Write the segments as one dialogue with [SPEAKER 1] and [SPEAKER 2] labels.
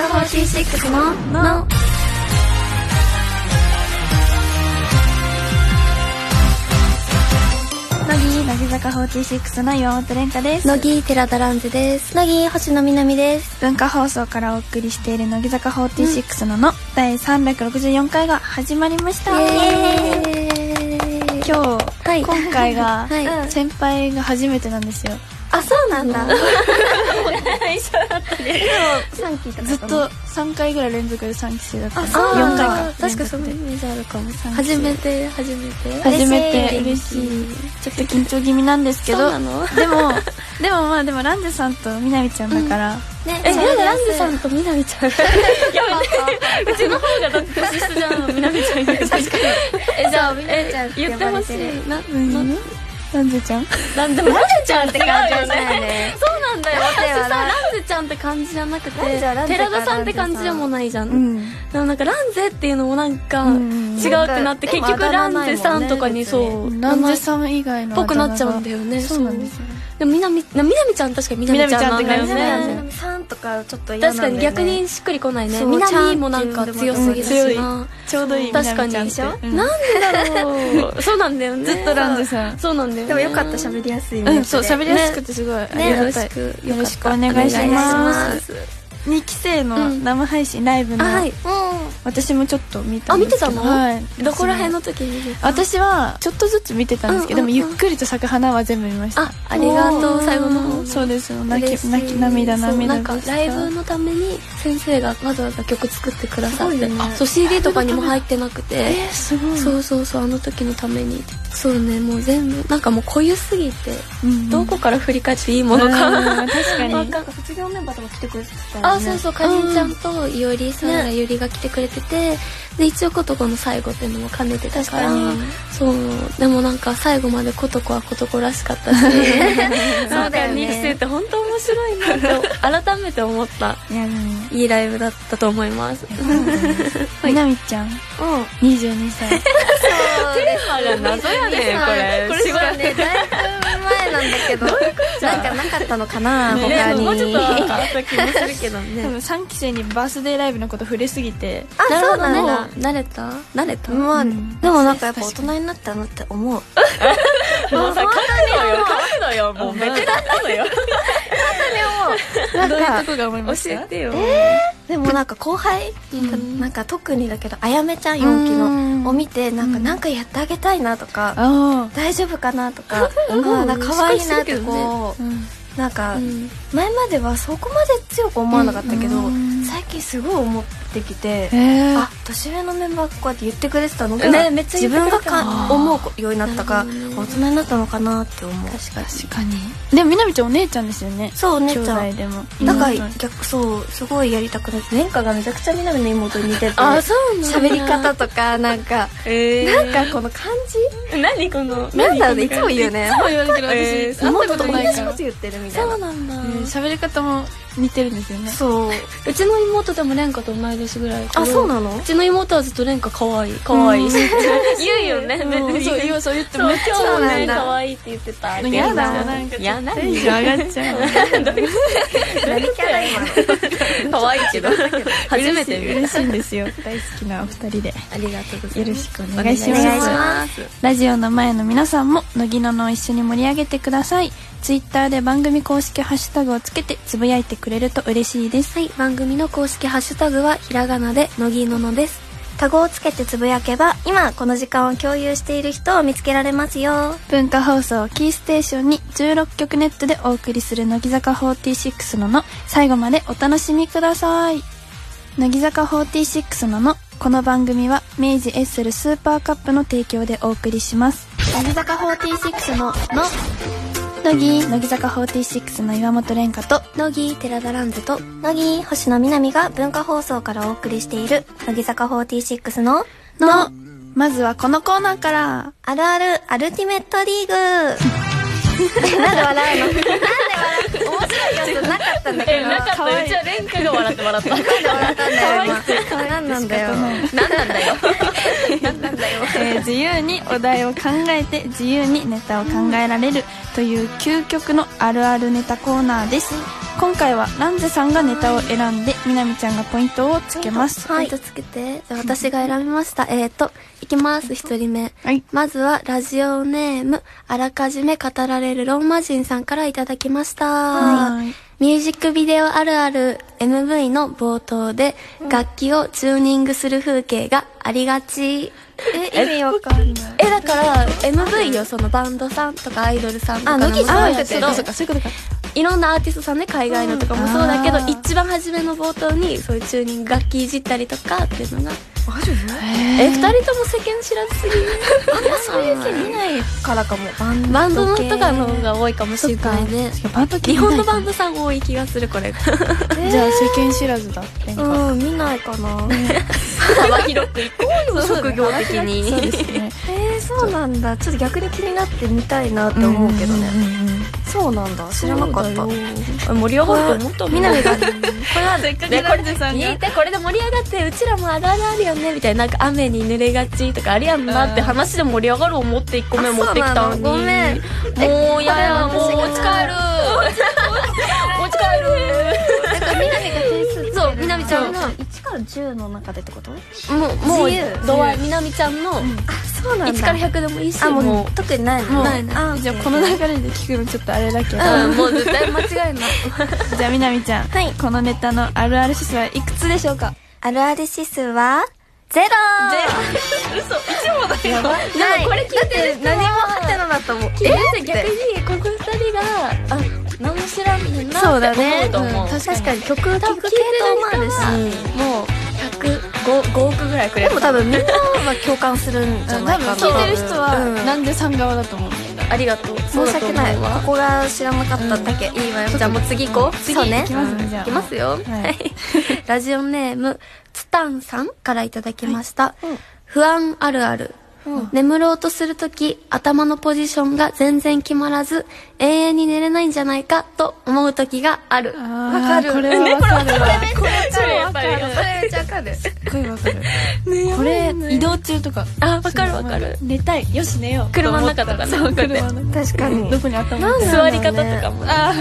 [SPEAKER 1] 46のの
[SPEAKER 2] 乃木乃木坂46の岩本蓮香です
[SPEAKER 1] 乃木寺田蘭世です乃木星野みなみです
[SPEAKER 2] 文化放送からお送りしている乃木坂46のの、第364回が始まりました
[SPEAKER 1] 今日
[SPEAKER 2] 今日、
[SPEAKER 1] はい
[SPEAKER 2] 今回が、
[SPEAKER 1] はい
[SPEAKER 2] うん先輩が初めてなんですよ
[SPEAKER 1] あそうなん だ一緒だったね3期とか
[SPEAKER 2] ずっと3回ぐらい連続で3期生だった
[SPEAKER 1] あ
[SPEAKER 2] 4
[SPEAKER 1] そうなん
[SPEAKER 2] 回
[SPEAKER 1] だ
[SPEAKER 2] か
[SPEAKER 1] 確かそのイメージあるかも
[SPEAKER 2] 三期
[SPEAKER 1] 初めて初めて
[SPEAKER 2] 初めて
[SPEAKER 1] 嬉しい
[SPEAKER 2] 嬉ちょっと緊張気味なんですけ
[SPEAKER 1] そう
[SPEAKER 2] ど
[SPEAKER 1] なの
[SPEAKER 2] でもでもまあでもランジェさんとみなみちゃんだから、
[SPEAKER 1] ねえなんでランジさんとみなみちゃ ん
[SPEAKER 3] うちの方がだって年下じゃんみなみちゃんが確かにえじゃあみなみちゃん
[SPEAKER 1] 言ってほしいな
[SPEAKER 2] う
[SPEAKER 1] なん
[SPEAKER 2] ランジェちゃん
[SPEAKER 3] なんでもなぜちゃんって感じ
[SPEAKER 1] じゃないね
[SPEAKER 3] そうなんだよ
[SPEAKER 1] 私
[SPEAKER 3] 私
[SPEAKER 1] さ
[SPEAKER 3] さラ
[SPEAKER 1] ランゼちゃんって感じじゃなくて
[SPEAKER 3] ンゼはランゼか
[SPEAKER 1] 寺田さんって感じでもないじゃん、
[SPEAKER 2] うん
[SPEAKER 1] でもなんかランゼっていうのもなんか
[SPEAKER 2] う
[SPEAKER 1] 違
[SPEAKER 2] ん
[SPEAKER 1] うってなって結局ランゼさんとかにそう
[SPEAKER 2] ランジェ
[SPEAKER 1] っ
[SPEAKER 2] さん以外の
[SPEAKER 1] ぽくなっちゃうん
[SPEAKER 2] で
[SPEAKER 1] だよね
[SPEAKER 2] そうなんですよ
[SPEAKER 1] でもみなみなみなみちゃん確かにみなみちゃんなんだよ
[SPEAKER 3] みなみちゃんって感じだ
[SPEAKER 1] ね
[SPEAKER 4] 3
[SPEAKER 3] よ
[SPEAKER 4] とかちょっと嫌な
[SPEAKER 1] 確か
[SPEAKER 4] んだよ
[SPEAKER 1] に
[SPEAKER 4] ね
[SPEAKER 1] 逆にしっくりこないね
[SPEAKER 4] そう
[SPEAKER 1] みなみもなんか
[SPEAKER 4] ちゃんって
[SPEAKER 1] 強
[SPEAKER 4] いうの
[SPEAKER 1] す
[SPEAKER 4] も
[SPEAKER 1] ぎる
[SPEAKER 2] 強
[SPEAKER 1] し
[SPEAKER 2] い
[SPEAKER 1] な
[SPEAKER 2] ちょうどいい
[SPEAKER 1] 確かに
[SPEAKER 2] みなみちゃんってうん
[SPEAKER 1] なんでだろうそうなんだよねずっ
[SPEAKER 2] とランジさん
[SPEAKER 1] そうなんだよね
[SPEAKER 4] でもよかった喋りやすいイメ
[SPEAKER 2] う
[SPEAKER 4] ー
[SPEAKER 2] ん
[SPEAKER 4] ジで
[SPEAKER 2] そう喋りやすくてすごい、あり
[SPEAKER 1] ねよろ
[SPEAKER 2] がたい
[SPEAKER 1] しく
[SPEAKER 2] よろしくお願いし
[SPEAKER 1] お
[SPEAKER 2] ま
[SPEAKER 1] 願
[SPEAKER 2] す2期生の生配信、ライブ
[SPEAKER 1] あ
[SPEAKER 2] の、
[SPEAKER 1] はい
[SPEAKER 2] 私もちょっと見たんですけど
[SPEAKER 1] あ見てたの
[SPEAKER 2] はい
[SPEAKER 1] どこら辺の時に出た
[SPEAKER 2] 私はちょっとずつ見てたんですけど、
[SPEAKER 1] うんうんうん
[SPEAKER 2] でもゆっくりと咲く花は全部見ました
[SPEAKER 1] あありがとう最後の方
[SPEAKER 2] そうですよ泣
[SPEAKER 1] 嬉し
[SPEAKER 2] き
[SPEAKER 1] い
[SPEAKER 2] 泣き涙
[SPEAKER 1] そう
[SPEAKER 2] 涙
[SPEAKER 1] なんか
[SPEAKER 2] でした
[SPEAKER 1] ライブのために先生がわざわざ曲作ってくださっ
[SPEAKER 4] すご
[SPEAKER 1] て、
[SPEAKER 4] いね
[SPEAKER 1] そう CD とかにも入ってなく
[SPEAKER 2] え
[SPEAKER 1] て
[SPEAKER 2] ー、すごい
[SPEAKER 1] そうそうそうあの時のためにそうねもう全部なんかもう濃ゆすぎて、
[SPEAKER 2] うん
[SPEAKER 1] どこから振り返っていい もの
[SPEAKER 2] うん
[SPEAKER 1] か、
[SPEAKER 2] 確かに
[SPEAKER 4] なんか卒業メンバーとか来てくれてたよね
[SPEAKER 1] あそうそうかりんちゃんといおりさんが
[SPEAKER 4] ね
[SPEAKER 1] ゆりが来てくれてて、で一応ことこの最後っていうのも兼ねてたから
[SPEAKER 4] 確かに
[SPEAKER 1] そうでもなんか最後までことこはことこらしかったし
[SPEAKER 4] そうだよね
[SPEAKER 1] 2期生って本当面白いなって改めて思った
[SPEAKER 2] いやで も
[SPEAKER 1] いいライブだったと思います
[SPEAKER 2] みなみちゃん
[SPEAKER 4] うん
[SPEAKER 2] 22歳
[SPEAKER 3] ジェ謎やねこれ
[SPEAKER 4] これしかねだいぶ前なんだけどなんかなかったのかな他に
[SPEAKER 3] もうちょっとあった気もする
[SPEAKER 4] けど ね
[SPEAKER 2] 多分3期生にバースデーライブのこと触れすぎて
[SPEAKER 4] あそうなんだ
[SPEAKER 1] 慣れた慣れた
[SPEAKER 4] まあ、
[SPEAKER 2] うん
[SPEAKER 4] でもなんかやっぱ大人になったなって 思う
[SPEAKER 3] もうさ勝つのよ勝つのよもうベテランなのよ
[SPEAKER 2] どういうん
[SPEAKER 4] な
[SPEAKER 2] と
[SPEAKER 4] か
[SPEAKER 2] こが思いました
[SPEAKER 3] てよ
[SPEAKER 4] でもなんか後輩、
[SPEAKER 1] ん
[SPEAKER 4] なんか特にだけどあやめちゃん4期
[SPEAKER 2] うん
[SPEAKER 4] のを見てなんかなんかやってあげたいなとか、
[SPEAKER 2] あ
[SPEAKER 4] 大丈夫かなとか、
[SPEAKER 1] うん
[SPEAKER 4] あーなんか可愛いな
[SPEAKER 1] しっかり
[SPEAKER 4] って
[SPEAKER 1] してるけど
[SPEAKER 4] こ
[SPEAKER 2] あ、うん、
[SPEAKER 4] う、なんか
[SPEAKER 1] うん
[SPEAKER 4] 前まではそこまで強く思わなかったけど、
[SPEAKER 2] うん
[SPEAKER 4] 最近すごい思ってきて、
[SPEAKER 2] えー
[SPEAKER 4] あ、年上のメンバーがこうやって言ってくれてたのが、
[SPEAKER 1] ねめっちゃ言
[SPEAKER 4] 自
[SPEAKER 1] ってくれ
[SPEAKER 4] 分
[SPEAKER 1] た
[SPEAKER 4] がか思うようになったか、
[SPEAKER 1] なるほどね
[SPEAKER 4] 大人になったのかなって思う
[SPEAKER 1] 確かに
[SPEAKER 2] 確かにでもみなみちゃんお姉ちゃんですよね
[SPEAKER 4] そうお姉ちゃ
[SPEAKER 2] 兄
[SPEAKER 4] ん
[SPEAKER 2] 弟でも
[SPEAKER 4] なんか
[SPEAKER 2] 妹
[SPEAKER 4] 逆そうすごいやりたくなって年下がめちゃくちゃみなみの妹に似てて
[SPEAKER 1] あそうなんだ
[SPEAKER 4] 喋り方とかなんか
[SPEAKER 3] え
[SPEAKER 4] なんかこの感じ
[SPEAKER 3] ー何この
[SPEAKER 4] なんだろうねいつも言うね
[SPEAKER 2] そう言われてる私、
[SPEAKER 3] えー
[SPEAKER 2] 会っ
[SPEAKER 4] 妹
[SPEAKER 2] たことと
[SPEAKER 4] 同
[SPEAKER 2] ない
[SPEAKER 4] じ
[SPEAKER 2] か
[SPEAKER 4] こ
[SPEAKER 2] ら
[SPEAKER 4] と言ってるみたい
[SPEAKER 1] そ
[SPEAKER 4] な
[SPEAKER 1] うなんだ、
[SPEAKER 2] うん喋り方も似てるんですよね
[SPEAKER 4] そう
[SPEAKER 1] うちの妹でも蓮華と同い年ぐらいだけど
[SPEAKER 4] あそうなの
[SPEAKER 1] うちの妹はずっと蓮華可愛い可愛いし言うよね別
[SPEAKER 2] うん
[SPEAKER 1] に
[SPEAKER 2] そう言うそう言っても
[SPEAKER 4] そうなんだ
[SPEAKER 1] 可愛いって言ってた
[SPEAKER 2] 嫌だなんかちょ
[SPEAKER 3] や
[SPEAKER 2] っ
[SPEAKER 3] な
[SPEAKER 2] とテンション上がっちゃう
[SPEAKER 4] 何キャラ今
[SPEAKER 3] 可愛い けど初めて見る
[SPEAKER 2] 嬉しいんですよ大好きなお二人で
[SPEAKER 1] ありがとうござ
[SPEAKER 2] よ
[SPEAKER 1] い
[SPEAKER 2] ろ
[SPEAKER 1] ます
[SPEAKER 2] しくお願いします
[SPEAKER 4] お願いします
[SPEAKER 2] ラジオの前の皆さんも乃木ののを一緒に盛り上げてくださいツイッターで番組公式ハッシュタグをつけてつぶやいてくれると嬉しいです
[SPEAKER 1] はい番組の公式ハッシュタグはひらがなで乃木ののです
[SPEAKER 4] タグをつけてつぶやけば今この時間を共有している人を見つけられますよ
[SPEAKER 2] 文化放送をキーステーションに16曲ネットでお送りする乃木坂46のの最後までお楽しみください乃木坂46ののこの番組は明治エッセルスーパーカップの提供でお送りします乃木坂46のの乃木乃木坂46の岩本蓮香と
[SPEAKER 4] 乃木寺田蘭ズと乃木星野みなみが文化放送からお送りしている乃木坂46の
[SPEAKER 2] のまずはこのコーナーから
[SPEAKER 4] あるあるアルティメットリーグ なんで笑うのなんで笑う面白いやつなかったんだけど
[SPEAKER 3] なかったうちはレンカが笑って笑った
[SPEAKER 4] なんで笑ったんだよ今何なんだよ
[SPEAKER 3] 何なんだよ
[SPEAKER 2] えー自由にお題を考えて自由にネタを考えられるという究極のあるあるネタコーナーです今回はランゼさんがネタを選んでみなみちゃんがポイントをつけます
[SPEAKER 1] ポイントつけて。じゃあ私が選びました。えーと、いきます、一人目。
[SPEAKER 2] はい
[SPEAKER 1] まずは、ラジオネーム、あらかじめ語られるローマ人さんからいただきました。
[SPEAKER 2] はい
[SPEAKER 1] ミュージックビデオあるある MV の冒頭で、楽器をチューニングする風景がありがち。
[SPEAKER 4] え、意味わかんない。
[SPEAKER 1] え、だから、MV よ、そのバンドさんとかアイドルさんとかの。
[SPEAKER 4] あ
[SPEAKER 1] あ
[SPEAKER 4] そう
[SPEAKER 1] そう
[SPEAKER 4] かそういうことか。
[SPEAKER 1] いろんなアーティストさんね海外のとかもそうだけど、一番初めの冒頭にそういうチューニング楽器いじったりとかっていうのがえ二人とも世間知らずすぎねそういう人見ない
[SPEAKER 4] からかも。バン
[SPEAKER 1] バンドの人がの方が多いかもしれないね
[SPEAKER 2] いやバンド系
[SPEAKER 1] 日本のバン
[SPEAKER 2] ド
[SPEAKER 1] ドさん多い気がするこれ
[SPEAKER 2] じゃあ世間知らずだなんか
[SPEAKER 4] うん、見ないかな。
[SPEAKER 1] 幅広くいこうよ職業的
[SPEAKER 2] そうで
[SPEAKER 1] に
[SPEAKER 2] すね
[SPEAKER 4] えー、そうなんだ。ちょっと逆に気になってみたいなって思うけどね。そうなんだ。知らなかった。
[SPEAKER 1] 盛り上がると思ったみんながこれはせっか
[SPEAKER 3] くランジェさんが
[SPEAKER 1] 聞いてこれで盛り上がってうちらもあるあるあるよねみたいななんか雨に濡れがちとかあれやんなって話で盛り上がる思って1個目持ってきたのに
[SPEAKER 4] あそうなのごめん
[SPEAKER 1] もうやや
[SPEAKER 4] こ
[SPEAKER 1] もう
[SPEAKER 4] れ
[SPEAKER 1] 持
[SPEAKER 4] 私が
[SPEAKER 1] ち帰 る持ち帰る
[SPEAKER 4] なんか、みなみが点数つける
[SPEAKER 1] そうみなみちゃんの
[SPEAKER 4] 1から10の中でってこと
[SPEAKER 1] もうも
[SPEAKER 4] 自由
[SPEAKER 1] う度合いみなみちゃんの
[SPEAKER 4] あ、そうなん
[SPEAKER 1] 1
[SPEAKER 4] だ。
[SPEAKER 1] から100でもいいし
[SPEAKER 4] あ、もう、
[SPEAKER 1] も
[SPEAKER 4] 特にないの
[SPEAKER 1] ないな
[SPEAKER 4] あ、
[SPEAKER 2] じゃあこの流れで聞くのちょっとあれだけど、
[SPEAKER 1] ううんもう絶対間違いない
[SPEAKER 2] じゃあみなみちゃん、
[SPEAKER 4] はい
[SPEAKER 2] このネタのあるある指数はいくつでしょうか
[SPEAKER 4] あるある指数は、ゼロ
[SPEAKER 1] やばい
[SPEAKER 4] ない
[SPEAKER 1] これ聞いてる人は
[SPEAKER 4] 何もハテナだと思う。
[SPEAKER 1] 聞いてて逆にこの2人があ何も知らんねんな
[SPEAKER 4] そうだ
[SPEAKER 1] って思
[SPEAKER 4] ね
[SPEAKER 1] う。と思う、
[SPEAKER 4] うん確かに曲聴く系
[SPEAKER 1] 多分
[SPEAKER 4] 統
[SPEAKER 1] 聞いてる
[SPEAKER 4] もある
[SPEAKER 1] 人は
[SPEAKER 4] し。
[SPEAKER 1] もう105 5億ぐらいくれ
[SPEAKER 4] で
[SPEAKER 1] る
[SPEAKER 4] も多分みんなは共感するんじゃ
[SPEAKER 2] 多分
[SPEAKER 4] ないかな。
[SPEAKER 2] 聞いてる人は、
[SPEAKER 4] うん
[SPEAKER 2] なんでさん側だと思う
[SPEAKER 1] ありがとう
[SPEAKER 4] 申し訳ない。
[SPEAKER 1] そうだと思う
[SPEAKER 4] こ
[SPEAKER 1] わ
[SPEAKER 4] こが知らなかっただけ。いいわよ。
[SPEAKER 1] じゃあもう次行こう次
[SPEAKER 4] そうね
[SPEAKER 1] 行き
[SPEAKER 2] き
[SPEAKER 1] ま
[SPEAKER 2] ますすね
[SPEAKER 1] ね
[SPEAKER 2] じゃ
[SPEAKER 1] 行
[SPEAKER 2] あ
[SPEAKER 1] きますよ
[SPEAKER 2] はい
[SPEAKER 1] はいラジオネームツタンさんからいただきました不安あるある眠ろうとするとき頭のポジションが全然決まらず永遠に寝れないんじゃないかと思うときがある
[SPEAKER 2] わ
[SPEAKER 4] かる
[SPEAKER 2] これはわかるわ
[SPEAKER 4] これめっちゃわかる。
[SPEAKER 3] やっぱり
[SPEAKER 4] それめっちゃわかる。
[SPEAKER 2] すっごいわかるこれ移動中とか
[SPEAKER 1] あわかるわかる
[SPEAKER 2] 寝たいよし寝よう
[SPEAKER 1] 車の中とかね
[SPEAKER 2] と思ったらそう車の
[SPEAKER 4] 確かに
[SPEAKER 2] ど。こに頭が
[SPEAKER 1] 座り方とかもね
[SPEAKER 2] あ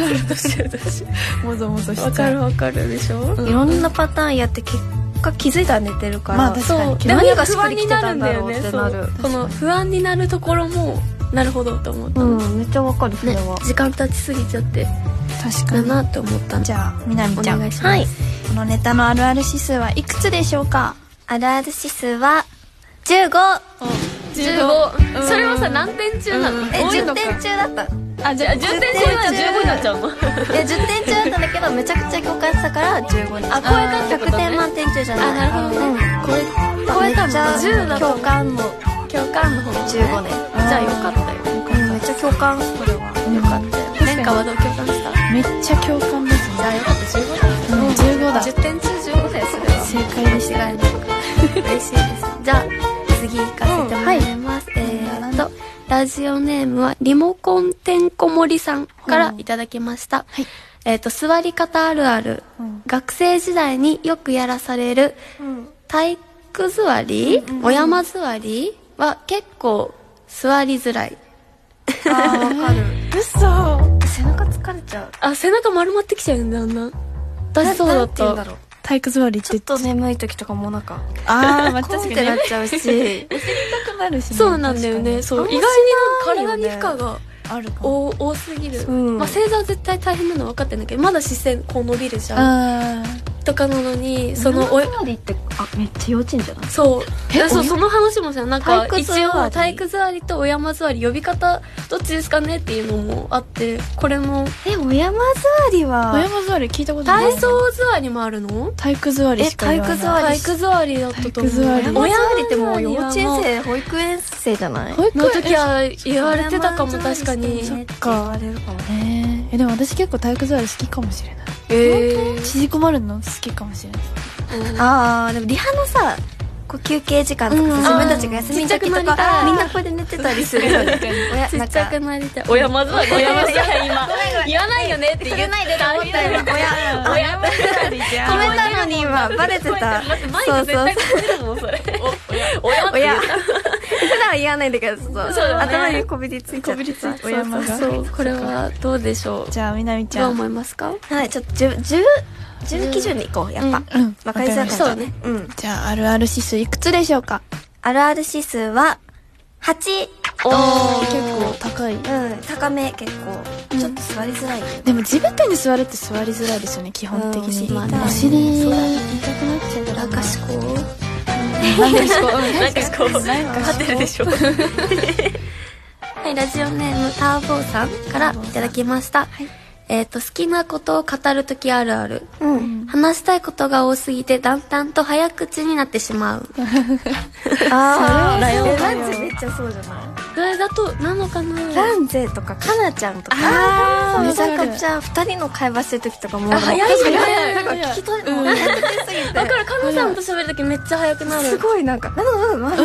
[SPEAKER 2] あもぞもぞしちゃう
[SPEAKER 1] わかるわかるでしょ
[SPEAKER 4] いろんなパターンやって結果気づいたら寝てるから。
[SPEAKER 2] まあ確かに
[SPEAKER 4] そう
[SPEAKER 1] でも
[SPEAKER 4] 何がしっ
[SPEAKER 1] 不
[SPEAKER 4] く
[SPEAKER 1] 安
[SPEAKER 4] りき
[SPEAKER 1] に
[SPEAKER 4] て
[SPEAKER 1] なる
[SPEAKER 4] た
[SPEAKER 1] ん
[SPEAKER 4] ん
[SPEAKER 1] だ
[SPEAKER 4] だ
[SPEAKER 1] よ
[SPEAKER 4] ろう
[SPEAKER 1] ね
[SPEAKER 4] って
[SPEAKER 1] そ
[SPEAKER 4] なる
[SPEAKER 1] う。この不安になるところもなるほどと思った
[SPEAKER 4] う
[SPEAKER 1] の
[SPEAKER 4] ん、めっちゃわかる、それ
[SPEAKER 1] ね
[SPEAKER 4] は。
[SPEAKER 1] 時間経ちすぎちゃって
[SPEAKER 2] 確か
[SPEAKER 1] だ
[SPEAKER 2] に
[SPEAKER 1] なって思ったの
[SPEAKER 2] じゃあみなみ
[SPEAKER 1] お
[SPEAKER 2] ちゃん
[SPEAKER 1] 願いします
[SPEAKER 2] このネタのあるある指数はいくつでしょうか
[SPEAKER 4] あるある指数は、15!
[SPEAKER 1] 15それはさ何点中なの
[SPEAKER 4] え、
[SPEAKER 1] 多い
[SPEAKER 4] 10
[SPEAKER 1] のか
[SPEAKER 4] 点中だった。
[SPEAKER 1] あじゃあ10点中は15になっちゃうの
[SPEAKER 4] いや10点中だったんだけどめちゃくちゃ共感したから15にあ
[SPEAKER 1] 超えたってことね
[SPEAKER 4] 100点満点中じゃない
[SPEAKER 1] あなるほどね
[SPEAKER 4] ほどね超えたんだ
[SPEAKER 1] 10だと
[SPEAKER 4] 共感も
[SPEAKER 1] 共感の方ね
[SPEAKER 4] 15ね
[SPEAKER 1] じゃあよかったよ
[SPEAKER 4] うんめっちゃ共感これは
[SPEAKER 2] よかった
[SPEAKER 1] 年間はどう共感したじ
[SPEAKER 2] めっちゃ共感ですね
[SPEAKER 1] ゃあよかった15だ
[SPEAKER 2] うん15だ
[SPEAKER 1] 10点中15だよそれは
[SPEAKER 2] 正解でした
[SPEAKER 1] 間違いない嬉しいですじゃあ次行かせてもらいます、えーっとラジオネームはリモコンてんこ盛りさんからいただきました、えーっと座り方あるある、学生時代によくやらされる、体育座り、お山座りは結構座りづらい
[SPEAKER 4] あーわかる
[SPEAKER 2] 嘘
[SPEAKER 4] 背中疲れちゃう
[SPEAKER 1] あ背中丸まってきちゃうんだあんな私そうだ
[SPEAKER 4] な
[SPEAKER 1] っ
[SPEAKER 4] んて言うん
[SPEAKER 1] た
[SPEAKER 4] だろう
[SPEAKER 2] 体育座りっ
[SPEAKER 4] ちょ
[SPEAKER 2] て
[SPEAKER 4] っと眠い時とかもなんか
[SPEAKER 2] ああまあ
[SPEAKER 4] コン
[SPEAKER 2] 確
[SPEAKER 4] っ
[SPEAKER 2] かに
[SPEAKER 4] てなっちゃうし
[SPEAKER 2] 痛くなるしね
[SPEAKER 1] そうなんだよねそう意
[SPEAKER 4] あん
[SPEAKER 1] 外になんか体
[SPEAKER 4] ま
[SPEAKER 1] に負荷が、
[SPEAKER 2] 確かにあるかも
[SPEAKER 1] お多すぎる、
[SPEAKER 4] うん
[SPEAKER 1] まあ、正座は絶対大変なの分かってんだけどまだ視線こう伸びるじゃん
[SPEAKER 2] あ
[SPEAKER 1] とかなのにそのお
[SPEAKER 4] りってあめっちゃ幼稚園じゃない
[SPEAKER 1] そう
[SPEAKER 2] え
[SPEAKER 1] そう
[SPEAKER 2] おや
[SPEAKER 1] その話もさなんか
[SPEAKER 4] 体育
[SPEAKER 1] 一
[SPEAKER 4] 座り
[SPEAKER 1] 応体育座りとお山座り呼び方どっちですかねっていうのもあってこれも
[SPEAKER 4] えお山座り
[SPEAKER 2] あ小
[SPEAKER 4] は
[SPEAKER 2] 山座り聞いたことない
[SPEAKER 1] 体操座りもあるの
[SPEAKER 2] 体育座り
[SPEAKER 4] え
[SPEAKER 2] しか言わない
[SPEAKER 4] 体育座り
[SPEAKER 1] 体育座りだったと思う
[SPEAKER 2] 体育座り
[SPEAKER 1] お
[SPEAKER 4] お
[SPEAKER 1] 山
[SPEAKER 4] 山
[SPEAKER 1] 座
[SPEAKER 4] 座
[SPEAKER 1] り
[SPEAKER 4] り
[SPEAKER 1] っ
[SPEAKER 4] ってて
[SPEAKER 1] も
[SPEAKER 4] も
[SPEAKER 1] う
[SPEAKER 4] う
[SPEAKER 1] 幼
[SPEAKER 4] 幼
[SPEAKER 1] 稚
[SPEAKER 4] 稚
[SPEAKER 1] 園
[SPEAKER 4] 園
[SPEAKER 1] 生
[SPEAKER 4] 生保育園生じゃない
[SPEAKER 2] 保育
[SPEAKER 1] の
[SPEAKER 2] 園
[SPEAKER 1] 時は言われてたかも
[SPEAKER 4] お山
[SPEAKER 1] 確か
[SPEAKER 4] 座り
[SPEAKER 1] に
[SPEAKER 4] してねって
[SPEAKER 2] か
[SPEAKER 4] 言われるかも
[SPEAKER 2] えーえでも私結構体育座り好きかもしれない
[SPEAKER 1] えー
[SPEAKER 2] 縮こまるの好きかもしれない
[SPEAKER 4] あーでもリハのさこう休憩時間とかさ、
[SPEAKER 1] うん
[SPEAKER 4] 自分たちが休みの
[SPEAKER 1] ちっち
[SPEAKER 4] 時
[SPEAKER 1] ゃく
[SPEAKER 4] と
[SPEAKER 1] なりた
[SPEAKER 4] か
[SPEAKER 1] い
[SPEAKER 4] みんなこれで寝てたりするよね 親
[SPEAKER 1] ち
[SPEAKER 4] な
[SPEAKER 1] っ
[SPEAKER 4] ん
[SPEAKER 1] ちゃ
[SPEAKER 4] か
[SPEAKER 1] くなりたいお山座りお山座り今言わないよねって言
[SPEAKER 4] 言えないでと思ったよ今親
[SPEAKER 1] お山座りじゃん
[SPEAKER 4] 止めたのに今バレてた
[SPEAKER 1] 待ってマイク絶対こっちだもんそれおおやおや
[SPEAKER 4] 親普段は言わないんだけど、そう
[SPEAKER 3] そうだね
[SPEAKER 4] 頭にこびりついちゃってさ
[SPEAKER 2] お山が
[SPEAKER 1] そうこれはどうでしょう
[SPEAKER 2] じゃあみなみち
[SPEAKER 1] どう
[SPEAKER 2] ゃん
[SPEAKER 1] 思いますか
[SPEAKER 4] はい、ちょっと十十十基準でいこう、やっぱ。
[SPEAKER 2] うん
[SPEAKER 4] わかりづらかっ
[SPEAKER 1] そ
[SPEAKER 4] た
[SPEAKER 1] うね。
[SPEAKER 4] うん。
[SPEAKER 2] じゃああるある指数いくつでしょうか
[SPEAKER 4] あるある指数は8。
[SPEAKER 1] おー
[SPEAKER 2] 結構高い
[SPEAKER 4] うん、高め結構。ちょっと座りづらい。
[SPEAKER 2] でも地べたに座るって座りづらいですよね基本的に、
[SPEAKER 1] うんお尻痛いそ
[SPEAKER 2] お尻
[SPEAKER 1] う
[SPEAKER 2] 痛
[SPEAKER 1] だ
[SPEAKER 2] く
[SPEAKER 1] ね
[SPEAKER 2] なっちゃうから
[SPEAKER 4] なんか思考
[SPEAKER 3] なんかこう勝てるでしょ
[SPEAKER 1] はい、ラジオネームターボーさんからいただきました。えっ、と、好きなことを語るときあるある。
[SPEAKER 4] うん。
[SPEAKER 1] 話したいことが多すぎて、だんだんと早口になってしまう。
[SPEAKER 2] それはそう
[SPEAKER 4] ああ、え
[SPEAKER 2] だ
[SPEAKER 4] ラ
[SPEAKER 2] よ
[SPEAKER 4] ンゼめっちゃそうじゃない
[SPEAKER 1] それだと、なのかな
[SPEAKER 4] ランゼとか、かなちゃんとか。
[SPEAKER 2] あー
[SPEAKER 4] め
[SPEAKER 2] わ
[SPEAKER 4] ちゃ
[SPEAKER 2] かる
[SPEAKER 4] くちゃ二人の会話してる時とかも。
[SPEAKER 1] 早い
[SPEAKER 4] なんか
[SPEAKER 1] 早い
[SPEAKER 4] 早い。なんか
[SPEAKER 2] 早い
[SPEAKER 4] 聞き取れ、もう早くてす ぎて。
[SPEAKER 1] だから、かなさんと喋るときめっちゃ早くな
[SPEAKER 4] す
[SPEAKER 1] る。
[SPEAKER 4] ごいなんか、うんうん、うん、なん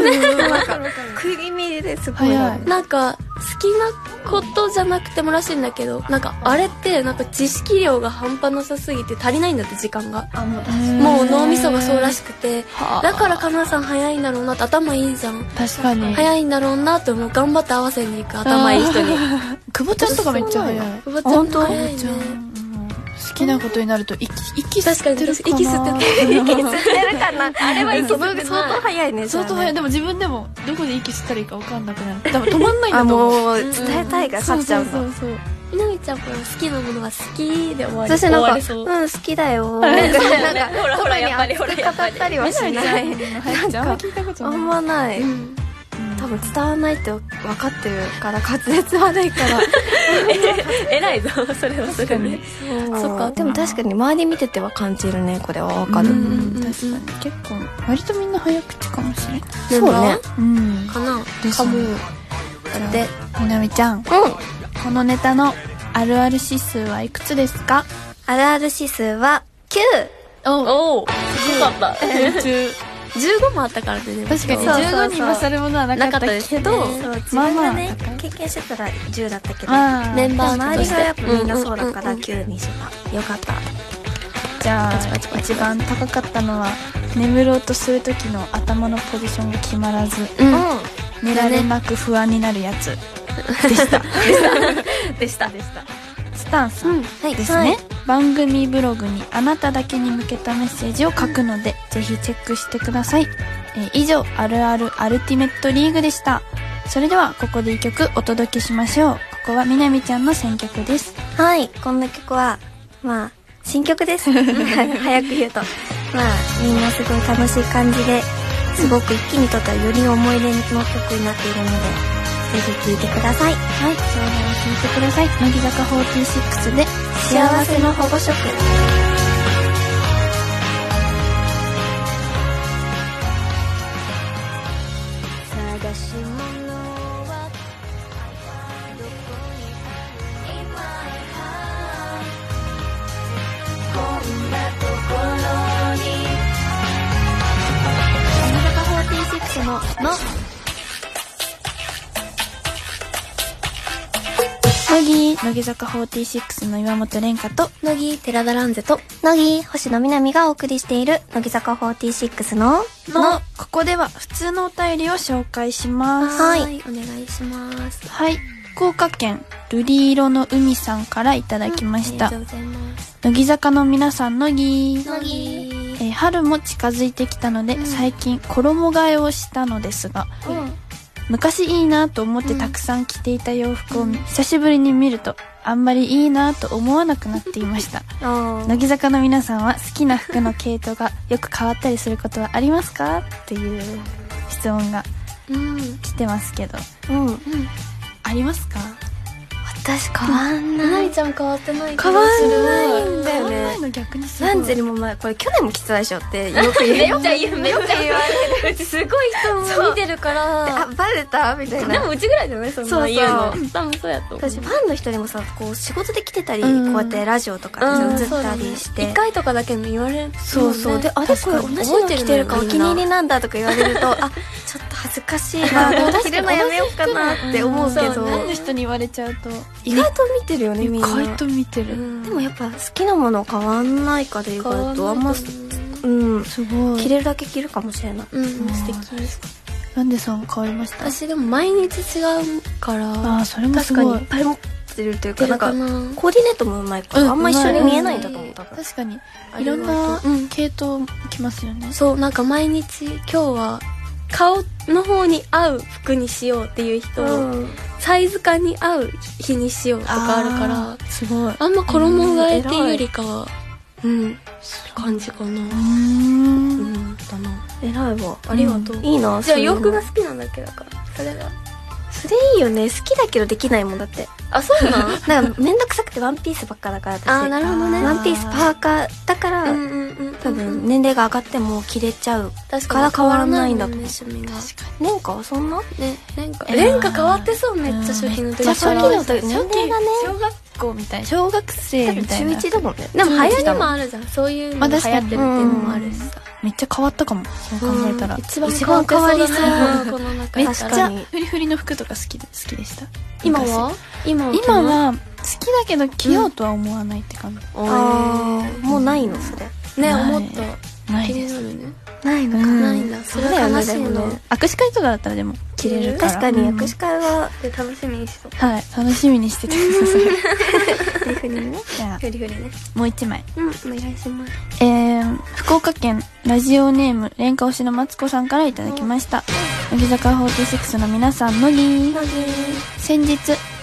[SPEAKER 4] か、食い気味ですごいな。
[SPEAKER 2] 早い
[SPEAKER 1] なんか、好きなことじゃなくてもらしいんだけど、なんか、あれって、なんか知識量が半端なさすぎて足りないんだって、時間が。
[SPEAKER 4] あの、
[SPEAKER 1] もう脳みそがそうらしくて
[SPEAKER 2] はあ、
[SPEAKER 1] だからかなさん早いんだろうなって、頭いいじゃん。
[SPEAKER 2] 確かに
[SPEAKER 1] 早いんだろうなって思う頑張って合わせに行く頭いい人に
[SPEAKER 2] 久保ちゃんとかめっちゃ早い
[SPEAKER 1] 久保ちゃん
[SPEAKER 2] あ本当
[SPEAKER 1] 早いね
[SPEAKER 2] 久保ちゃんうん好きなことになると息息吸ってるか
[SPEAKER 1] 確か
[SPEAKER 2] な
[SPEAKER 1] に私息吸って
[SPEAKER 2] る
[SPEAKER 4] 息吸ってるかなあれは息吸って
[SPEAKER 1] ない
[SPEAKER 4] 相当早いね。
[SPEAKER 2] 相当
[SPEAKER 4] じゃ
[SPEAKER 2] 早
[SPEAKER 4] あ
[SPEAKER 2] い
[SPEAKER 4] ね
[SPEAKER 2] でも自分でもどこで息吸ったらいいか分かんなくなる多分止まんないん
[SPEAKER 4] あ、
[SPEAKER 2] だと思う
[SPEAKER 4] もう、
[SPEAKER 1] ん
[SPEAKER 4] 伝えたいが
[SPEAKER 2] そ
[SPEAKER 4] 勝
[SPEAKER 2] う
[SPEAKER 4] っちゃ
[SPEAKER 2] そううんそうそ
[SPEAKER 4] だ。
[SPEAKER 2] う
[SPEAKER 1] みなみちゃんこの好きなものは好きで終わり
[SPEAKER 4] そしてな
[SPEAKER 1] 終わ
[SPEAKER 4] んか、う
[SPEAKER 1] り
[SPEAKER 4] ん、
[SPEAKER 1] そう
[SPEAKER 4] 好きだよ。
[SPEAKER 2] れ
[SPEAKER 4] なんか、
[SPEAKER 3] ね
[SPEAKER 4] なんか
[SPEAKER 3] ほらほらやっぱり
[SPEAKER 4] 特に熱く語ったりはしない。
[SPEAKER 2] 早口あんま聞いたこと
[SPEAKER 4] あ
[SPEAKER 2] ない
[SPEAKER 4] んまない。
[SPEAKER 1] うん
[SPEAKER 4] 多分伝わんないって分かってるから、滑舌悪いから。
[SPEAKER 3] 偉いぞそれはそれね
[SPEAKER 1] そっか
[SPEAKER 4] でも確かに周り見てては感じるね、これは分か
[SPEAKER 2] う
[SPEAKER 4] る。
[SPEAKER 2] ん
[SPEAKER 1] うん
[SPEAKER 2] 確かに結構割とみんな早口かもしれない
[SPEAKER 4] そうね。
[SPEAKER 2] うん
[SPEAKER 1] かな
[SPEAKER 2] です
[SPEAKER 1] かも
[SPEAKER 2] ね
[SPEAKER 1] だって
[SPEAKER 2] みなみちゃん
[SPEAKER 4] うん。
[SPEAKER 2] このネタのあるある指数はいくつですか
[SPEAKER 4] あるある指数は9。
[SPEAKER 3] おおよかった
[SPEAKER 1] 15もあったからね
[SPEAKER 2] 確かに
[SPEAKER 4] そうそうそう
[SPEAKER 2] 15に勝るものはなかったけど
[SPEAKER 1] なかったです
[SPEAKER 4] そう、自
[SPEAKER 2] まあ
[SPEAKER 4] 分
[SPEAKER 2] まあ
[SPEAKER 4] がね、経験してたら10だったけど。
[SPEAKER 2] まあ
[SPEAKER 1] メンバー
[SPEAKER 4] 周りがやっぱみんなそ
[SPEAKER 1] う
[SPEAKER 4] うだか
[SPEAKER 1] んう
[SPEAKER 4] ら
[SPEAKER 1] んうん
[SPEAKER 4] 9にしたよかった
[SPEAKER 2] じゃあ一番高かったのは眠ろうとする時の頭のポジションが決まらず
[SPEAKER 1] うん
[SPEAKER 2] 寝られなく不安になるやつ
[SPEAKER 3] でしたでした
[SPEAKER 2] スタンさん
[SPEAKER 4] はい
[SPEAKER 2] ですね、番組ブログにあなただけに向けたメッセージを書くので、ぜひチェックしてください、えー以上「あるあるアルティメットリーグ」でしたそれではここで一曲お届けしましょうここはみなみちゃんの選曲です
[SPEAKER 4] はいこんな曲はまあ新曲 です早く言うとまあみんなすごい楽しい感じですごく一気にとってはより思い出の曲になっているのでぜひ聴いてください
[SPEAKER 2] はいそれでは聴いてください乃木坂46で「
[SPEAKER 4] 幸せの保護色探し物はどこに今やこんなところに乃木坂46の「の」
[SPEAKER 2] 乃木乃木坂46の岩本蓮香と
[SPEAKER 1] 乃木寺田蘭瀬と
[SPEAKER 4] 乃木星野みなみがお送りしている乃木坂46の
[SPEAKER 2] のここでは普通のお便りを紹介します
[SPEAKER 4] はい
[SPEAKER 1] お願いします
[SPEAKER 2] はい福岡県瑠璃色の海さんからいただきました、
[SPEAKER 1] ありがとうございます
[SPEAKER 2] 乃木坂の皆さん乃木
[SPEAKER 1] 乃木
[SPEAKER 2] えー春も近づいてきたので、最近衣替えをしたのですが、昔いいなと思ってたくさん着ていた洋服を久しぶりに見るとあんまりいいなと思わなくなっていました乃木坂の皆さんは好きな服の系統が よく変わったりすることはありますかっていう質問が
[SPEAKER 1] うん
[SPEAKER 2] 来てますけど
[SPEAKER 4] うん
[SPEAKER 2] ありますか
[SPEAKER 4] 私変わん
[SPEAKER 1] み
[SPEAKER 4] ない
[SPEAKER 1] なみちゃん変わってない
[SPEAKER 4] 変わ
[SPEAKER 1] ん
[SPEAKER 4] んないんだ
[SPEAKER 2] 変
[SPEAKER 4] よ
[SPEAKER 2] わんな
[SPEAKER 4] ね
[SPEAKER 2] いの逆にすごい
[SPEAKER 4] ランゼにも前これ去年も来てたでしょってよく言う
[SPEAKER 3] じゃあ言うめっちゃ言われるうちすごい人も
[SPEAKER 1] 見てるから
[SPEAKER 4] あバレたみたい
[SPEAKER 3] で
[SPEAKER 4] な
[SPEAKER 3] もうちぐらいじゃないそんな言うの多分そうやと思う
[SPEAKER 4] 私ファンの人にもさこう仕事で来てたり、
[SPEAKER 1] うん
[SPEAKER 4] こうやってラジオとか
[SPEAKER 1] う
[SPEAKER 4] で
[SPEAKER 1] ん
[SPEAKER 4] 映っ
[SPEAKER 1] そう
[SPEAKER 4] た
[SPEAKER 1] だね
[SPEAKER 4] りして、
[SPEAKER 1] 一回とかだけ言われるもんね
[SPEAKER 4] そうそうで、あれこれ同じの着てるかお気に入りなんだとか言われるとあちょっと恥ずかしい な着るのやめようかなって思うけ
[SPEAKER 2] そう
[SPEAKER 4] ど
[SPEAKER 2] ファンの人に言われちゃうと
[SPEAKER 4] 意外と見てるよねみん
[SPEAKER 2] 意
[SPEAKER 4] な
[SPEAKER 2] 外と見てる、
[SPEAKER 4] でもやっぱ好きなもの変わんないかで意外とあん
[SPEAKER 1] 変わんな
[SPEAKER 4] ま
[SPEAKER 1] いと思
[SPEAKER 4] うん
[SPEAKER 2] すごい
[SPEAKER 4] 着れるだけ着るかもしれない
[SPEAKER 1] うん素
[SPEAKER 2] 素
[SPEAKER 1] 敵
[SPEAKER 2] 敵なんでさん変わりました
[SPEAKER 1] 私でも毎日違うから
[SPEAKER 2] ああそれもす
[SPEAKER 4] 確かに
[SPEAKER 2] ご
[SPEAKER 4] い
[SPEAKER 2] い
[SPEAKER 4] っぱい持ってるという
[SPEAKER 1] 出
[SPEAKER 4] か
[SPEAKER 1] る
[SPEAKER 4] なん
[SPEAKER 1] か
[SPEAKER 4] か
[SPEAKER 1] な
[SPEAKER 4] コーディネートもうまいから、
[SPEAKER 2] うん
[SPEAKER 4] あんま一緒に見えないんだと思う多分
[SPEAKER 2] 確かに
[SPEAKER 4] あ
[SPEAKER 2] い
[SPEAKER 4] れは
[SPEAKER 2] ろんな
[SPEAKER 4] 割
[SPEAKER 1] うん
[SPEAKER 2] 系統きますよね
[SPEAKER 1] そうなんか毎日今日は顔の方に合う服にしようっていう人
[SPEAKER 4] と
[SPEAKER 1] を、
[SPEAKER 4] うん
[SPEAKER 1] サイズ感に合う日にしようとかあるからあ
[SPEAKER 2] あーすごいうん
[SPEAKER 1] んま衣替えっていうよりかはうん感じかなうんだな
[SPEAKER 4] 偉いわ
[SPEAKER 1] ありがとう、
[SPEAKER 4] いいな
[SPEAKER 1] じゃあ洋服が
[SPEAKER 4] 好
[SPEAKER 1] 好きなんだけどだからそれが
[SPEAKER 4] きそれいいよね好きだけどできないもんだって
[SPEAKER 1] あそうなん
[SPEAKER 4] なんかめんどくさくてワンピースばっかだから私
[SPEAKER 1] あーなるほどね
[SPEAKER 4] ワンピースパーカーだから、
[SPEAKER 1] うんうんうん
[SPEAKER 4] 多分年齢が上がっても着れちゃう
[SPEAKER 1] 確
[SPEAKER 4] から変わらないんだと
[SPEAKER 1] ね
[SPEAKER 4] 思う
[SPEAKER 1] 趣味が
[SPEAKER 4] 年間はそんな
[SPEAKER 1] ね廉価
[SPEAKER 2] えー
[SPEAKER 1] 廉価変わってそうめっちゃ初期の時
[SPEAKER 4] じゃあ初期の
[SPEAKER 1] で
[SPEAKER 4] 時年齢がね
[SPEAKER 2] 小学校みたい小学生
[SPEAKER 4] 多
[SPEAKER 2] み
[SPEAKER 4] 分
[SPEAKER 2] た
[SPEAKER 4] 中
[SPEAKER 2] いな
[SPEAKER 4] 1だもんね
[SPEAKER 1] も流行りも
[SPEAKER 4] あ
[SPEAKER 1] あるじゃんそういうの
[SPEAKER 2] ま
[SPEAKER 1] が
[SPEAKER 2] あ
[SPEAKER 1] 流行ってるっ
[SPEAKER 2] 確かに
[SPEAKER 1] ていうのもあるしさ
[SPEAKER 2] めっちゃ変わったかもそう考えたら
[SPEAKER 1] 一番変わってそう
[SPEAKER 4] 一番変わ
[SPEAKER 1] だ
[SPEAKER 4] り
[SPEAKER 1] ね
[SPEAKER 4] そう
[SPEAKER 1] この中で
[SPEAKER 2] めっ
[SPEAKER 4] る
[SPEAKER 2] ち
[SPEAKER 4] 確
[SPEAKER 2] ゃ
[SPEAKER 4] かに
[SPEAKER 2] フリフリの服とか好きで好きでした
[SPEAKER 1] 今は今は
[SPEAKER 2] 今は好きだけど着ようとは思わないって感じ、
[SPEAKER 4] あーもうないのそれ
[SPEAKER 1] ね
[SPEAKER 2] ない
[SPEAKER 1] 思った
[SPEAKER 2] ない
[SPEAKER 1] 気
[SPEAKER 2] で
[SPEAKER 1] に
[SPEAKER 2] す
[SPEAKER 1] なるね
[SPEAKER 4] ないのか
[SPEAKER 2] うん
[SPEAKER 1] ないんだそれは悲しい
[SPEAKER 4] そうだ
[SPEAKER 1] の
[SPEAKER 4] よね
[SPEAKER 2] 握手会とかだったらでも着れるから
[SPEAKER 4] 確かに
[SPEAKER 2] うん
[SPEAKER 4] 握手会は
[SPEAKER 1] で楽しみにしと
[SPEAKER 2] はい楽しみにしててください
[SPEAKER 4] フリフリね
[SPEAKER 2] じゃ
[SPEAKER 1] フリフリね
[SPEAKER 2] あもう一枚
[SPEAKER 1] うんお願いします
[SPEAKER 2] えー、福岡県ラジオネーム連歌推しのマツコさんからいただきました乃木坂46の皆さん乃木先日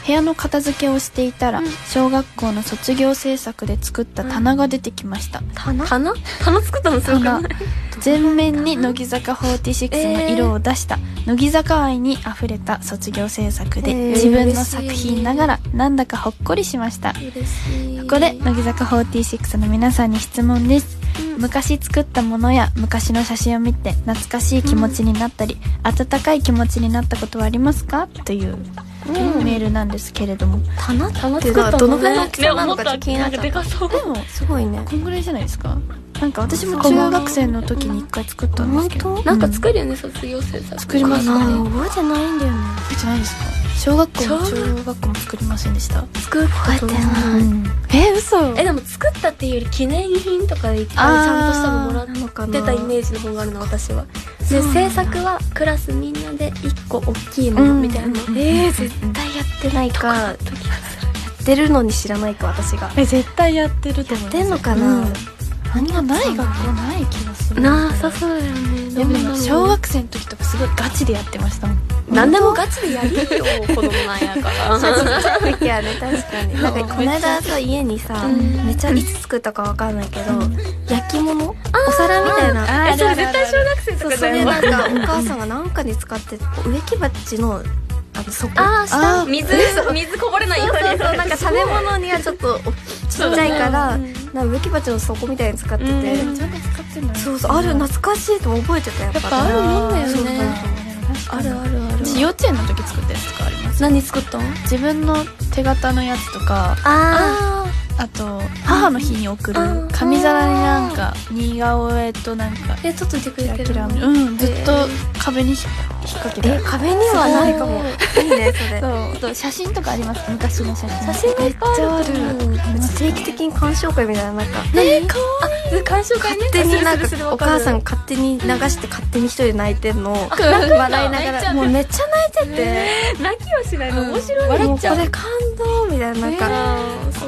[SPEAKER 2] 部屋の片付けをしていたら、小学校の卒業制作で作った棚が出てきました、
[SPEAKER 4] 棚
[SPEAKER 1] 花花作ったのすごくな
[SPEAKER 2] 棚
[SPEAKER 1] い
[SPEAKER 2] 全面に乃木坂46の色を出した、乃木坂愛にあふれた卒業制作で、
[SPEAKER 4] えー
[SPEAKER 2] 自分の作品ながらなんだかほっこりしました
[SPEAKER 1] 嬉しい
[SPEAKER 2] ここで乃木坂46の皆さんに質問です、昔作ったものや昔の写真を見て懐かしい気持ちになったり、温かい気持ちになったことはありますかという、メールなんですけれども
[SPEAKER 4] 棚っ
[SPEAKER 1] 花
[SPEAKER 4] て
[SPEAKER 1] 作ったのね
[SPEAKER 4] どのぐらいの大きさなのかちょっと気になっちゃ
[SPEAKER 1] で
[SPEAKER 4] っ
[SPEAKER 1] かそう
[SPEAKER 2] でも
[SPEAKER 4] たすごいね
[SPEAKER 2] こんぐらいじゃないですかなんか私も中学生の時に一回作ったんですけど
[SPEAKER 4] 本当
[SPEAKER 1] なんか作るよね卒業制作
[SPEAKER 2] 作ります
[SPEAKER 4] な
[SPEAKER 2] ね
[SPEAKER 4] んか覚えてないんだよね
[SPEAKER 2] 覚えてないですか小学校も中学校も作りませんでした
[SPEAKER 1] 作ったと思う
[SPEAKER 2] うんえ嘘
[SPEAKER 1] えでも作ったっていうより記念品とかでいっぱいちゃんとしたのもらっ
[SPEAKER 4] なのかな
[SPEAKER 1] てたイメージの方があるな私はで制作はクラスみんなで一個大きいものみたいな
[SPEAKER 2] うん
[SPEAKER 1] ええ絶
[SPEAKER 4] 絶対やってないかやってるのに知らないか私が
[SPEAKER 2] え絶対やってると思う
[SPEAKER 4] やってんのかな
[SPEAKER 2] あんまない学校ない気がする
[SPEAKER 1] なさそうだよね
[SPEAKER 2] でもなんか小学生の時とかすごいガチでやってましたもん
[SPEAKER 1] 何でもガチでやるよ子供なんやから
[SPEAKER 4] 時ある確かになんかこの間さ家にさ
[SPEAKER 1] ん
[SPEAKER 4] めっちゃいつ作ったかわかんないけど焼き物お皿みたいな
[SPEAKER 2] あ
[SPEAKER 1] それ絶対小学生
[SPEAKER 4] そ
[SPEAKER 1] と
[SPEAKER 4] う
[SPEAKER 1] か
[SPEAKER 4] そ
[SPEAKER 1] だ
[SPEAKER 4] れ
[SPEAKER 1] よ
[SPEAKER 4] なんかお母さんがなんかに使ってこう植木鉢のあの底
[SPEAKER 1] ああ
[SPEAKER 2] あ
[SPEAKER 1] 下水水こぼれないよう
[SPEAKER 4] そう
[SPEAKER 1] に
[SPEAKER 4] そうなんか食べ物にはちょっとおちっちゃいからなんか植木鉢の底みたいに使ってて、
[SPEAKER 2] でもちゃんと使ってんの
[SPEAKER 4] そうそうある懐かしいとも覚えてたやっぱ
[SPEAKER 1] やっぱあるもんだよね
[SPEAKER 2] あるあ
[SPEAKER 1] るある
[SPEAKER 2] 幼稚園の時作ったやつとかあります
[SPEAKER 1] 何作ったん
[SPEAKER 2] 自分の手形のやつとか
[SPEAKER 4] あ
[SPEAKER 1] あ
[SPEAKER 2] あと母の日に送る
[SPEAKER 1] うん
[SPEAKER 2] 紙皿になんか似顔絵となんか
[SPEAKER 1] えちょっと出てくれてるの
[SPEAKER 2] うんずっと壁に引っ掛け
[SPEAKER 4] ー
[SPEAKER 2] て
[SPEAKER 4] え壁にはないかもいいねそれ
[SPEAKER 2] そうあと写真とかあります昔の写真
[SPEAKER 1] 写真がいっぱいあると思う
[SPEAKER 4] 定期的に鑑賞会みたいななんか
[SPEAKER 1] えかわいい鑑賞会ね
[SPEAKER 4] 勝手になん
[SPEAKER 1] するするする
[SPEAKER 4] かお
[SPEAKER 1] わる
[SPEAKER 4] 母さんが勝手に流して勝手に一人で泣いてんのを 笑いなが
[SPEAKER 1] 泣いちゃ
[SPEAKER 4] ら
[SPEAKER 1] う
[SPEAKER 4] もうめっちゃ泣いてて
[SPEAKER 1] 泣きはしないの面白い
[SPEAKER 4] も
[SPEAKER 1] ね
[SPEAKER 4] うこれ感動みたいななんか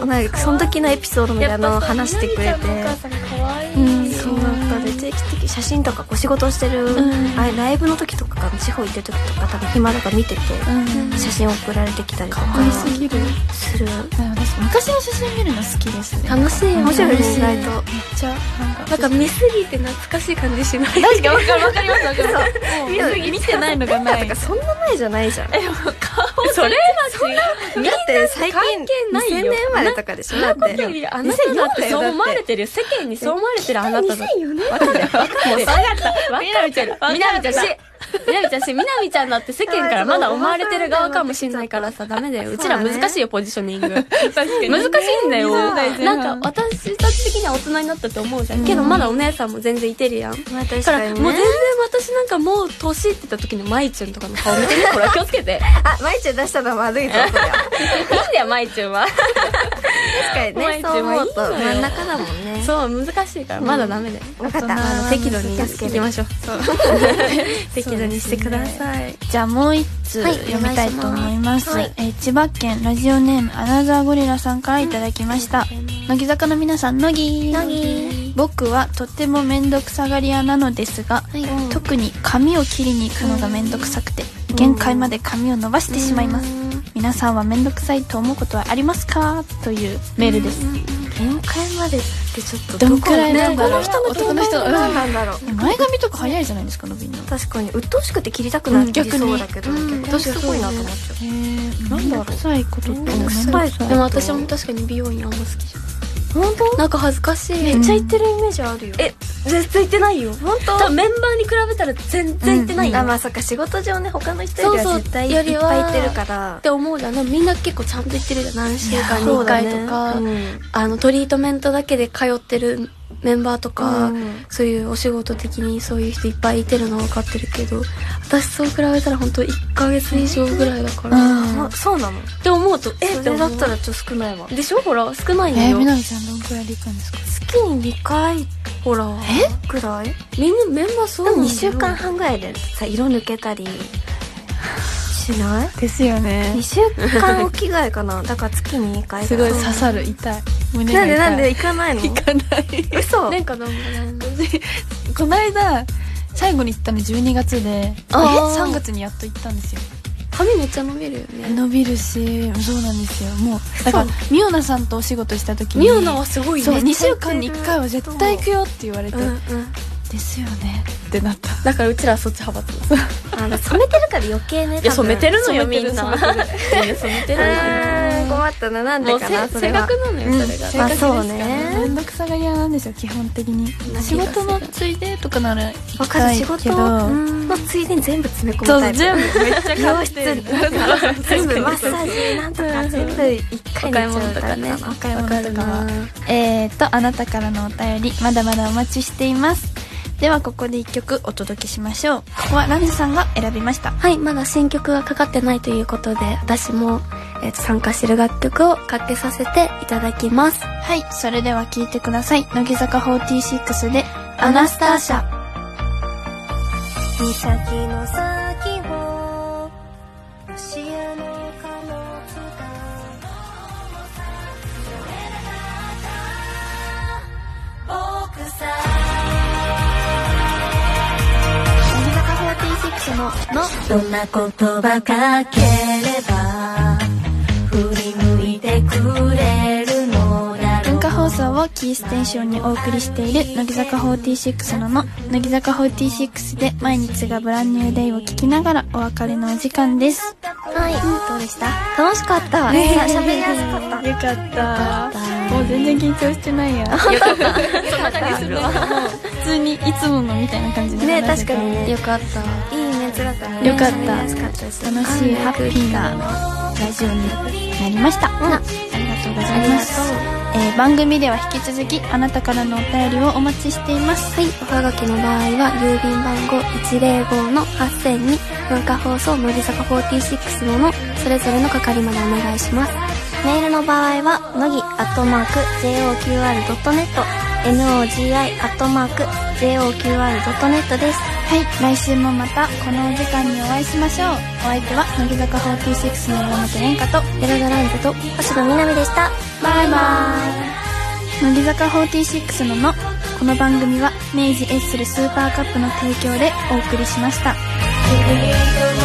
[SPEAKER 4] なんかその時のエピソードみたいなのを話してくれ
[SPEAKER 1] や
[SPEAKER 4] て
[SPEAKER 1] っぱさみなみちゃんのお母さん可愛い
[SPEAKER 2] うん
[SPEAKER 4] そうなんかで定期的に写真とかこう仕事をしてる、
[SPEAKER 2] うん
[SPEAKER 4] あれライブの時とか地方行ってる時とか多分暇だから見てて、
[SPEAKER 2] うん
[SPEAKER 4] 写真送られてきたりとか
[SPEAKER 2] ありすぎる
[SPEAKER 4] する
[SPEAKER 2] 私昔の写真見るの好きですねめっ
[SPEAKER 1] 楽しいよね
[SPEAKER 4] 面白いよね意
[SPEAKER 1] な
[SPEAKER 4] 外と
[SPEAKER 2] ちゃなんか
[SPEAKER 1] んか見すぎて懐かしい感じしない
[SPEAKER 2] 確かわかるわかりますわかります
[SPEAKER 4] 見
[SPEAKER 2] 見てないのがない
[SPEAKER 4] かそんな前じゃないじゃんだ
[SPEAKER 1] それは
[SPEAKER 4] って最近
[SPEAKER 1] 関係ないよ
[SPEAKER 4] 2000年生まれとかでしょだっ
[SPEAKER 1] 違う
[SPEAKER 4] て
[SPEAKER 1] よりあなただってそう思われてるよ世間にそう思われてるあなただ
[SPEAKER 4] 2004年
[SPEAKER 1] 分かったみなみちゃんみなみちゃんしみなみちゃんしみなみちゃんだって世間からまだ思われてる側かもしんないからさダメだようちら難しいよポジショ ニング難しいんだよなんか私たち的には大人になったって思うじゃんけどまだお姉さんも全然いてるやんだ
[SPEAKER 4] まあ確
[SPEAKER 1] か
[SPEAKER 4] か
[SPEAKER 1] も
[SPEAKER 4] ら
[SPEAKER 1] う
[SPEAKER 4] に
[SPEAKER 1] 全然
[SPEAKER 4] ね
[SPEAKER 1] 私なんかもう年って言った時のまいちゅんとかの顔見 てみこれは気をつけて
[SPEAKER 4] あ、まいちゃん出したのは悪いぞ、これは。
[SPEAKER 1] いいんだよまいちゅんは
[SPEAKER 4] 確かにね、そう思うと真ん中だもんね。
[SPEAKER 1] そう難しいからまだダメだよ、
[SPEAKER 4] わかった。
[SPEAKER 1] あの適度にやっていきましょう 適度にしてください、
[SPEAKER 2] じゃあもう一通
[SPEAKER 1] はい
[SPEAKER 2] 読みたいと思います,、
[SPEAKER 1] お願いします
[SPEAKER 2] えー千葉県ラジオネームアナザーゴリラさんからいただきました、乃木坂の皆さん乃木
[SPEAKER 1] 乃木
[SPEAKER 2] 僕はとても面倒くさがり屋なのですが、
[SPEAKER 1] うん
[SPEAKER 2] 特に髪を切りに行くのが面倒くさくて、限界まで髪を伸ばしてしまいます、皆さんは面倒くさいと思うことはありますかというメールです、
[SPEAKER 4] 限界までってちょっと
[SPEAKER 2] どんくらいなんだろう、
[SPEAKER 4] ねこの人
[SPEAKER 2] 男の人
[SPEAKER 4] の何
[SPEAKER 2] う
[SPEAKER 4] なんだろう。
[SPEAKER 2] ん前髪とか早いじゃないですか伸びんの
[SPEAKER 4] 確かに鬱陶しくて切りたくなりそうだけど、
[SPEAKER 1] うん逆に
[SPEAKER 4] 逆にすごいなと思っちゃう。
[SPEAKER 2] へえ面倒くさいことって
[SPEAKER 4] 面倒くさい
[SPEAKER 1] でも私も確かに美容院あんま好きじゃない
[SPEAKER 4] 本当？
[SPEAKER 1] なんか恥ずかしいめ
[SPEAKER 2] っちゃ
[SPEAKER 1] 行ってるイメージあるよえ
[SPEAKER 4] え、絶対行ってないよ。本当？
[SPEAKER 3] 多分メンバーに比べたら全然行ってないよ、
[SPEAKER 4] あまあそっか仕事上ね他の人より
[SPEAKER 1] そうそ
[SPEAKER 4] は
[SPEAKER 1] う
[SPEAKER 4] 絶対い
[SPEAKER 1] より
[SPEAKER 4] っ
[SPEAKER 1] は
[SPEAKER 4] ぱい行ってるから
[SPEAKER 1] っ。て思うじゃんでもみんな結構ちゃんと行ってるじゃん何週間に1回とか、
[SPEAKER 4] そうだね
[SPEAKER 1] あのトリートメントだけで通ってるメンバーとか、
[SPEAKER 4] うん
[SPEAKER 1] そういうお仕事的にそういう人いっぱいいてるのは分かってるけど私そう比べたら本当1ヶ月以上ぐらいだから、っ
[SPEAKER 4] うんあそうなの。
[SPEAKER 1] て思うとえっ
[SPEAKER 4] そ
[SPEAKER 1] て
[SPEAKER 4] れだ
[SPEAKER 1] 思
[SPEAKER 4] っ
[SPEAKER 1] ったた
[SPEAKER 4] らちょっと少ないわ。
[SPEAKER 1] でしょほら少ないんだ
[SPEAKER 2] えー、
[SPEAKER 1] よ、
[SPEAKER 2] みなみちゃんどんくらいで行くんですか
[SPEAKER 4] 月に2回
[SPEAKER 1] ほら
[SPEAKER 4] くらいで
[SPEAKER 1] みんなメンバーそうな
[SPEAKER 4] も
[SPEAKER 1] の
[SPEAKER 4] 2
[SPEAKER 1] よ
[SPEAKER 4] 週間半ぐらいでさ色抜けたりしない
[SPEAKER 2] ですよね
[SPEAKER 4] ?2 週間おきぐらいかなだから月に2回
[SPEAKER 2] す
[SPEAKER 4] だ
[SPEAKER 2] ごい
[SPEAKER 4] そう
[SPEAKER 2] 刺さる痛い胸が痛
[SPEAKER 4] なん
[SPEAKER 2] い
[SPEAKER 4] でなんで行かないの
[SPEAKER 2] 行かない
[SPEAKER 4] 嘘
[SPEAKER 1] なんかどんぐらいの
[SPEAKER 2] この間最後に行ったの12月で
[SPEAKER 1] あー
[SPEAKER 2] 3月にやっと行ったんですよ
[SPEAKER 1] 髪めっちゃ伸びるよね
[SPEAKER 2] 伸びるしそうなんですよもうだからミオナさんとお仕事した時に
[SPEAKER 1] ミオナはすごいね
[SPEAKER 2] そう2週間に1回は絶対行くよって言われて、
[SPEAKER 4] うんうん
[SPEAKER 2] ですよねってなった
[SPEAKER 1] だからうちらはそっち派閥だ
[SPEAKER 4] あの染めてるから余計ね
[SPEAKER 1] いや染めてるのよみ
[SPEAKER 2] 染めてる
[SPEAKER 1] んな
[SPEAKER 2] 染
[SPEAKER 1] いや染めて
[SPEAKER 4] う
[SPEAKER 1] るのよ
[SPEAKER 4] ーん困ったななん
[SPEAKER 1] も
[SPEAKER 4] で
[SPEAKER 1] うせ
[SPEAKER 4] かなそ
[SPEAKER 1] 性
[SPEAKER 4] れは
[SPEAKER 1] 格なのよそれが、
[SPEAKER 2] 性格ですから
[SPEAKER 4] まあそうね
[SPEAKER 2] 面倒くさがり屋なんですよ基本的に
[SPEAKER 1] がす
[SPEAKER 2] 仕
[SPEAKER 1] る
[SPEAKER 2] 事のついでとかなら行
[SPEAKER 4] わ
[SPEAKER 2] き
[SPEAKER 4] か
[SPEAKER 2] た
[SPEAKER 4] る
[SPEAKER 2] い
[SPEAKER 4] 仕
[SPEAKER 2] けど
[SPEAKER 4] 事のついでに全部詰め込む
[SPEAKER 2] そう
[SPEAKER 4] タイプ
[SPEAKER 2] 全部めっちゃ
[SPEAKER 4] 美容
[SPEAKER 2] 買っ
[SPEAKER 4] 室
[SPEAKER 2] てる
[SPEAKER 4] なんか全部マッサージなんとか全部一回
[SPEAKER 1] お買い
[SPEAKER 4] に行っちゃ
[SPEAKER 1] 物
[SPEAKER 4] う
[SPEAKER 1] と
[SPEAKER 4] タ
[SPEAKER 1] か
[SPEAKER 4] イプ
[SPEAKER 1] ね
[SPEAKER 4] かな
[SPEAKER 2] お買い物とかは
[SPEAKER 1] わかる
[SPEAKER 2] えー、とあなたからのお便りまだまだお待ちしていますではここで一曲お届けしましょうここはランズさんが選びました
[SPEAKER 1] はいまだ新曲がかかってないということで私も、えーと参加してる楽曲をかけさせていただきます
[SPEAKER 2] はいそれでは聴いてください乃木坂46で「アナスターシャ
[SPEAKER 4] 岬の先をロシアの貨物が僕さ」乃木坂46の「の」どんな言葉かければ振り向いてくれるのだ」ろ
[SPEAKER 2] 文
[SPEAKER 4] う
[SPEAKER 2] 化放送をキーステーションにお送りしている乃木坂46のの乃木坂46で毎日がブランニューデイを聞きながらお別れのお時間です
[SPEAKER 4] はい、どうでした楽しかった。
[SPEAKER 2] ねえ
[SPEAKER 4] 喋りやすかった。
[SPEAKER 2] よかったもう全然緊張してない やよかったそんな感じするわ普通にいつものみたいな感じで
[SPEAKER 4] ね
[SPEAKER 2] 話
[SPEAKER 4] 確
[SPEAKER 2] せ
[SPEAKER 4] か
[SPEAKER 2] た
[SPEAKER 4] にね
[SPEAKER 1] よかった
[SPEAKER 4] いいメンツだったね
[SPEAKER 2] よかった
[SPEAKER 4] 喋りやすかったです
[SPEAKER 2] 楽しいハッピーなラジオになりました、ありがとうございますえー番組では引き続きあなたからのお便りをお待ちしています
[SPEAKER 1] はい、おはがきの場合は郵便番号105の8000に文化放送乃木坂46ののそれぞれの係までお願いします
[SPEAKER 4] メールの場合は、のぎ、アットマーク、joqr.net、nogi、アットマーク、joqr.net です。
[SPEAKER 2] はい来週もまたこのお時間にお会いしましょうお相手は乃木坂46の山本蓮香と
[SPEAKER 4] ベラダランズと、星野みなみでした。バイバイ。
[SPEAKER 2] 乃木坂46ののこの番組は明治エッセルスーパーカップの提供でお送りしました
[SPEAKER 4] 「君と僕の